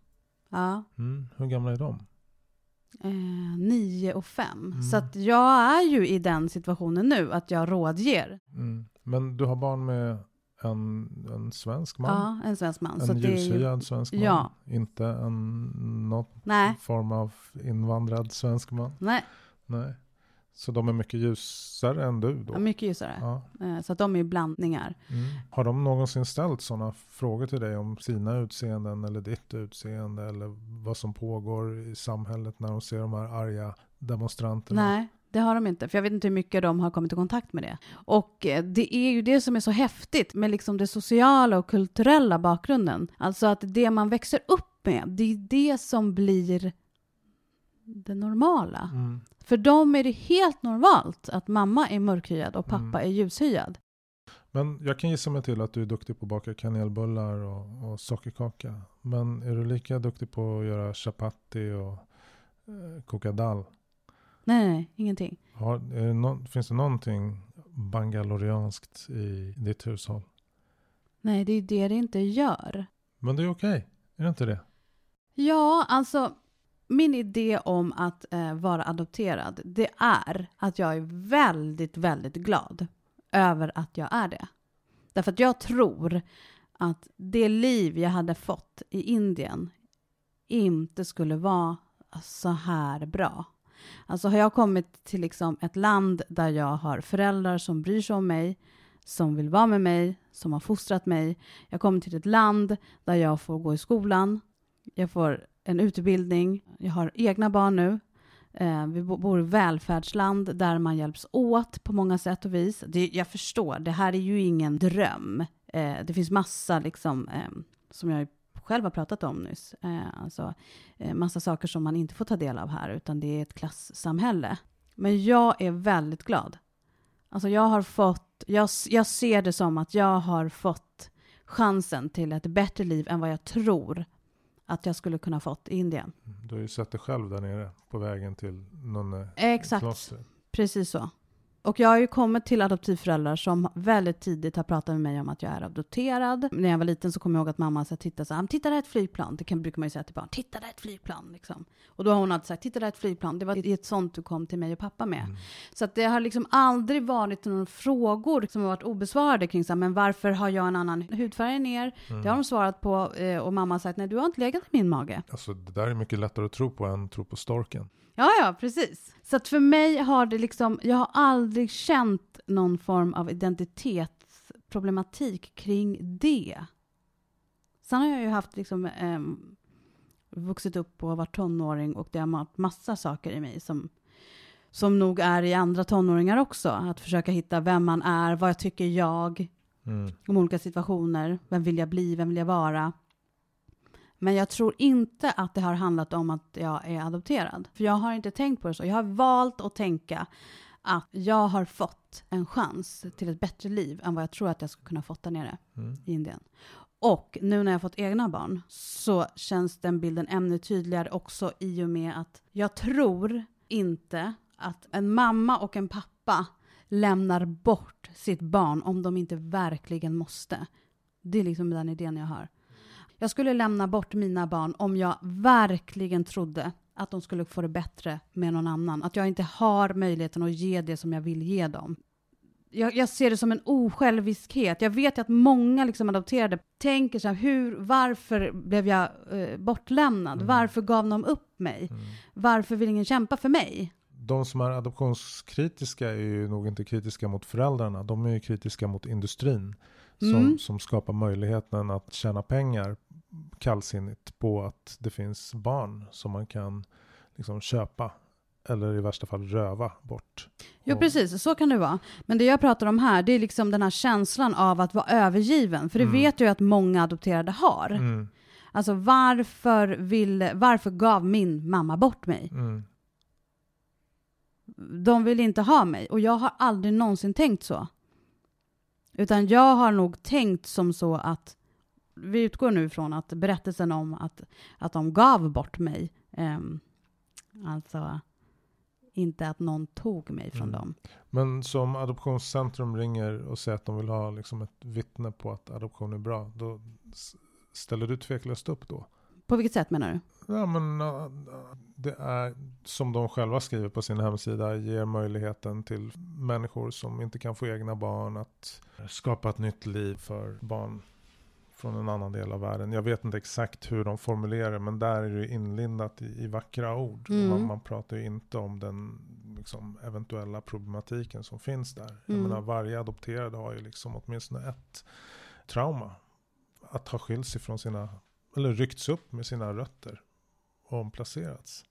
Ja, Mm. Hur gamla är de? eh, nio och fem. Mm. Så att jag är ju i den situationen nu att jag rådger. Mm. Men du har barn med en, en svensk man. Ja, en svensk man. så en att det är ju, ljushyad svensk man. Ja. Inte en, någon nej, form av invandrad svensk man. nej, Nej. Så de är mycket ljusare än du då? mycket ljusare. Ja. Eh, Så att de är ju blandningar. Mm. Har de någonsin ställt sådana frågor till dig om sina utseenden eller ditt utseende eller vad som pågår i samhället när de ser de här arga demonstranterna? Nej, det har de inte. För jag vet inte hur mycket de har kommit i kontakt med det. Och eh, det är ju det som är så häftigt med liksom det sociala och kulturella bakgrunden. Alltså att det man växer upp med, det är det som blir det normala. Mm. För dem är det helt normalt att mamma är mörkhyad och pappa Mm. är ljushyad. Men jag kan gissa mig till att du är duktig på att baka kanelbullar och, och sockerkaka. Men är du lika duktig på att göra chapati och eh, koka dal? Nej, nej, ingenting. Har, är det nå- finns det någonting bangaloreanskt i ditt hushåll? Nej, det är ju det det inte gör. Men det är okej, är det inte det? Ja, alltså min idé om att eh, vara adopterad, det är att jag är väldigt, väldigt glad över att jag är det. Därför att jag tror att det liv jag hade fått i Indien inte skulle vara så här bra. Alltså har jag kommit till liksom ett land där jag har föräldrar som bryr sig om mig, som vill vara med mig, som har fostrat mig. Jag kommer till ett land där jag får gå i skolan, jag får en utbildning, jag har egna barn nu. Eh, vi bo- bor i välfärdsland där man hjälps åt på många sätt och vis. Det, jag förstår, det här är ju ingen dröm. Eh, det finns massa, liksom, eh, som jag själv har pratat om nyss, eh, alltså, eh, massa saker som man inte får ta del av här, utan det är ett klassamhälle. Men jag är väldigt glad. Alltså jag har fått, jag, s- jag ser det som att jag har fått chansen till ett bättre liv än vad jag tror att jag skulle kunna fått i Indien. Du har ju sett dig själv där nere på vägen till någon eh, Exakt, precis så. Och jag har ju kommit till adoptivföräldrar som väldigt tidigt har pratat med mig om att jag är adopterad. När jag var liten så kommer jag ihåg att mamma sa titta så här, "Ah, titta där är ett flygplan. Det kan, brukar man ju säga till barn, titta där är ett flygplan. Liksom. Och då har hon alltid sagt, titta där är ett flygplan. Det var i ett sånt du kom till mig och pappa med. Mm. Så att det har liksom aldrig varit några frågor som har varit obesvarade kring så här, men varför har jag en annan hudfärg än er? Mm. Det har de svarat på eh, och mamma har sagt, nej du har inte legat i min mage. Alltså det där är mycket lättare att tro på än att tro på storken. Ja, ja, precis. Så att för mig har det liksom, jag har aldrig känt någon form av identitetsproblematik kring det. Sen har jag ju haft liksom, ehm, vuxit upp och varit tonåring och det har varit massa saker i mig som, som nog är i andra tonåringar också. Att försöka hitta vem man är, vad jag tycker jag, Mm. om olika situationer. Vem vill jag bli? Vem vill jag vara? Men jag tror inte att det har handlat om att jag är adopterad. För jag har inte tänkt på det så. Jag har valt att tänka att jag har fått en chans till ett bättre liv än vad jag tror att jag skulle kunna fått där nere Mm. i Indien. Och nu när jag fått egna barn så känns den bilden ännu tydligare också i och med att jag tror inte att en mamma och en pappa lämnar bort sitt barn om de inte verkligen måste. Det är liksom den idén jag har. Jag skulle lämna bort mina barn om jag verkligen trodde att de skulle få det bättre med någon annan. Att jag inte har möjligheten att ge det som jag vill ge dem jag, jag ser det som en osjälviskhet. Jag vet att många liksom adopterade tänker så här, hur, varför blev jag eh, bortlämnad? Mm. Varför gav de upp mig? Mm. Varför vill ingen kämpa för mig? De som är adoptionskritiska är ju nog inte kritiska mot föräldrarna. De är ju kritiska mot industrin. Som, Mm. som skapar möjligheten att tjäna pengar kallsinnigt på att det finns barn som man kan liksom köpa. Eller i värsta fall röva bort. Jo, Och- precis, så kan det vara. Men det jag pratar om här, det är liksom den här känslan av att vara övergiven. För det Mm. vet jag ju att många adopterade har. Mm, Alltså varför, ville, varför gav min mamma bort mig? mm. de vill inte ha mig. Och jag har aldrig någonsin tänkt så. Utan jag har nog tänkt som så att, vi utgår nu från att berättelsen om att, att de gav bort mig, ehm, alltså inte att någon tog mig från Mm. dem. Men som Adoptionscentrum ringer och säger att de vill ha liksom ett vittne på att adoption är bra. Då s- ställer du tveklöst upp då? På vilket sätt menar du? Ja, men, äh, det är som de själva skriver på sin hemsida ger möjligheten till människor som inte kan få egna barn att skapa ett nytt liv för barn från en annan del av världen. Jag vet inte exakt hur de formulerar det, men där är det inlindat i, i vackra ord. Mm. Man, man pratar ju inte om den liksom, eventuella problematiken som finns där. Jag Mm. menar, varje adopterad har ju liksom åtminstone ett trauma. Att ha skilts ifrån sina, eller ryckts upp med sina rötter och omplacerats.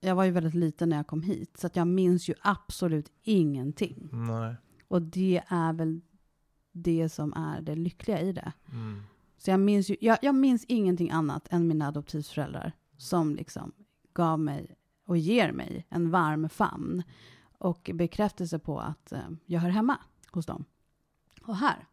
Jag var ju väldigt liten när jag kom hit, så att jag minns ju absolut ingenting. Nej. Och det är väl det som är det lyckliga i det. Mm. Så jag minns, ju, jag, jag minns ingenting annat än mina adoptivföräldrar som liksom gav mig och ger mig en varm famn och bekräftelse på att eh, jag hör hemma hos dem och här.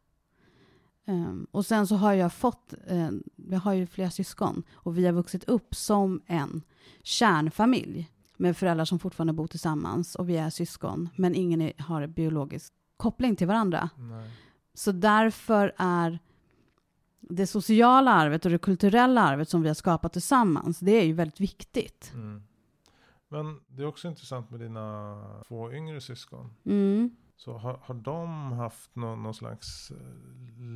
Ehm, och sen så har jag fått, eh, jag har ju flera syskon och vi har vuxit upp som en kärnfamilj med föräldrar som fortfarande bor tillsammans och vi är syskon men ingen är, har biologisk koppling till varandra. Nej. Så därför är det sociala arvet och det kulturella arvet som vi har skapat tillsammans, det är ju väldigt viktigt. Mm. Men det är också intressant med dina två yngre syskon. Mm. Så har, har de haft någon, någon slags eh,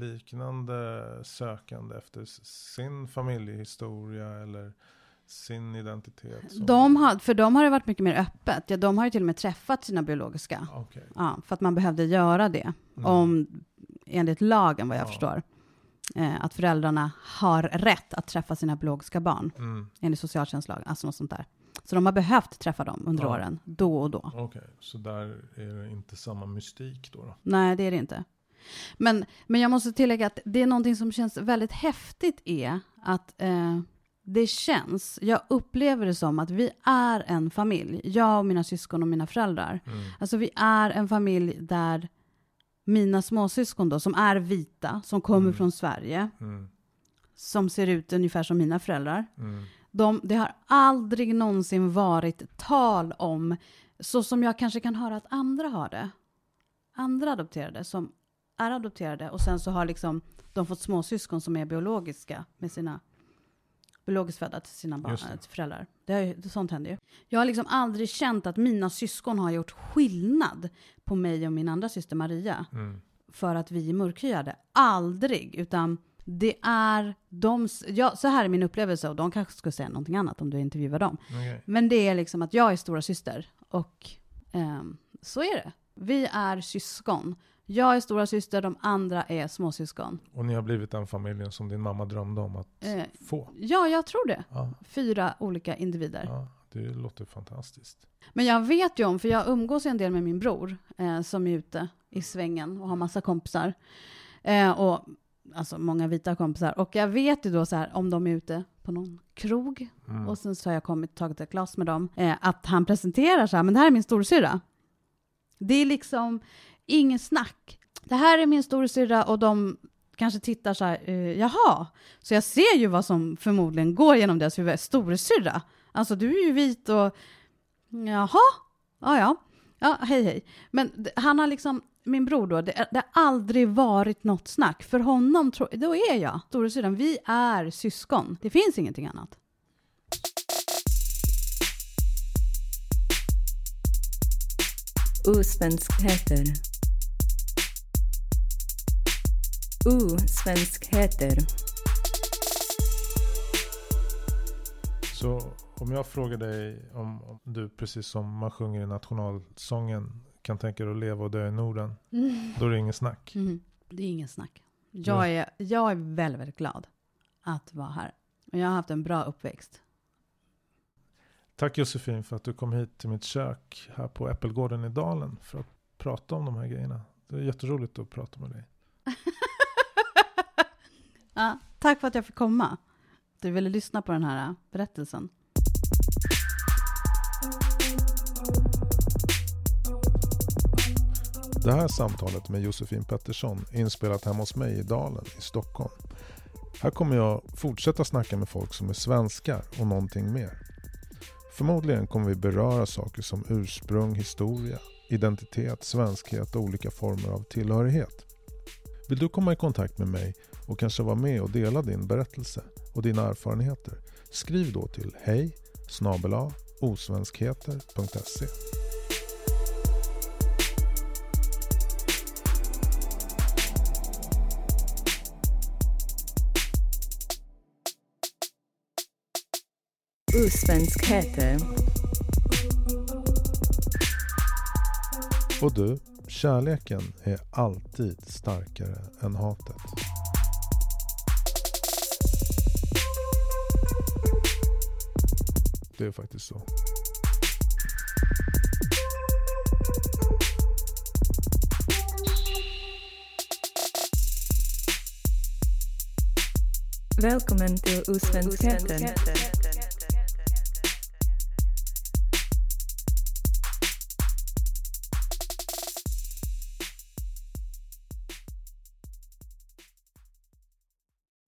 liknande sökande efter s- sin familjehistoria eller sin identitet? som- De har, för de har det varit mycket mer öppet. Ja, de har ju till och med träffat sina biologiska. Okej. Ja, för att man behövde göra det, Mm. om, enligt lagen vad jag Ja. förstår. Eh, att föräldrarna har rätt att träffa sina biologiska barn, Mm. enligt socialtjänstlagen, alltså något sånt där. Så de har behövt träffa dem under Ja. åren, då och då. Okej, så där är det inte samma mystik då? då. Nej, det är det inte. Men, men jag måste tillägga att det är någonting som känns väldigt häftigt är att eh, det känns, jag upplever det som att vi är en familj, jag och mina syskon och mina föräldrar. Mm. Alltså vi är en familj där mina småsyskon då, som är vita, som kommer Mm. från Sverige, Mm. som ser ut ungefär som mina föräldrar. Mm. De, det har aldrig någonsin varit tal om, så som jag kanske kan höra att andra har det. Andra adopterade som är adopterade och sen så har liksom de fått småsyskon som är biologiska med sina biologiskt födda till sina barn, Just det. äh, till föräldrar. Det har ju, sånt händer ju. Jag har liksom aldrig känt att mina syskon har gjort skillnad på mig och min andra syster Maria Mm. för att vi är mörkhyade. Aldrig, utan det är de... Ja, så här är min upplevelse och de kanske skulle säga någonting annat om du intervjuar dem. Okej. Men det är liksom att jag är stora syster och ehm, så är det. Vi är syskon. Jag är stora syster, de andra är småsyskon. Och ni har blivit den familjen som din mamma drömde om att Eh, få? ja, jag tror det. Ja, Fyra olika individer. ja, det låter fantastiskt. Men jag vet ju om, för jag umgås ju en del med min bror eh, som är ute i svängen och har massa kompisar. Eh, och, alltså många vita kompisar. Och jag vet ju då så här om de är ute på någon krog Mm. och sen så har jag kommit tagit ett glas med dem. Eh, att han presenterar så här, men det här är min storasyrra. Det är liksom ingen snack. Det här är min storasyrra och de kanske tittar så här, eh, jaha. Så jag ser ju vad som förmodligen går genom deras huvud. Storasyrra, alltså du är ju vit och jaha, ja ja. Ja, hej hej. Men d- han har liksom, min bror då, det, det har aldrig varit något snack. För honom, tro, då är jag storasyrran. Vi är syskon. Det finns ingenting annat. Osvenskheter. Osvenskheter. Så om jag frågar dig om, om du, precis som man sjunger i nationalsången, kan tänka dig att leva och dö i Norden, då är det ingen snack. Mm. Det är ingen snack. Jag är, jag är väldigt, väldigt glad att vara här. Och jag har haft en bra uppväxt. Tack Josefin för att du kom hit till mitt kök här på Äppelgården i Dalen för att prata om de här grejerna. Det är jätteroligt att prata med dig. ja, tack för att jag fick komma. Du ville lyssna på den här äh, berättelsen. Det här samtalet med Josefin Pettersson är inspelat hemma hos mig i Dalen i Stockholm. Här kommer jag fortsätta snacka med folk som är svenskar och någonting mer. Förmodligen kommer vi beröra saker som ursprung, historia, identitet, svenskhet och olika former av tillhörighet. Vill du komma i kontakt med mig och kanske vara med och dela din berättelse och dina erfarenheter Skriv då till hej snabel-a osvenskheter.se Osvenskheter. Och du, kärleken är alltid starkare än hatet. Det är faktiskt så. Välkommen till Osvenskheter.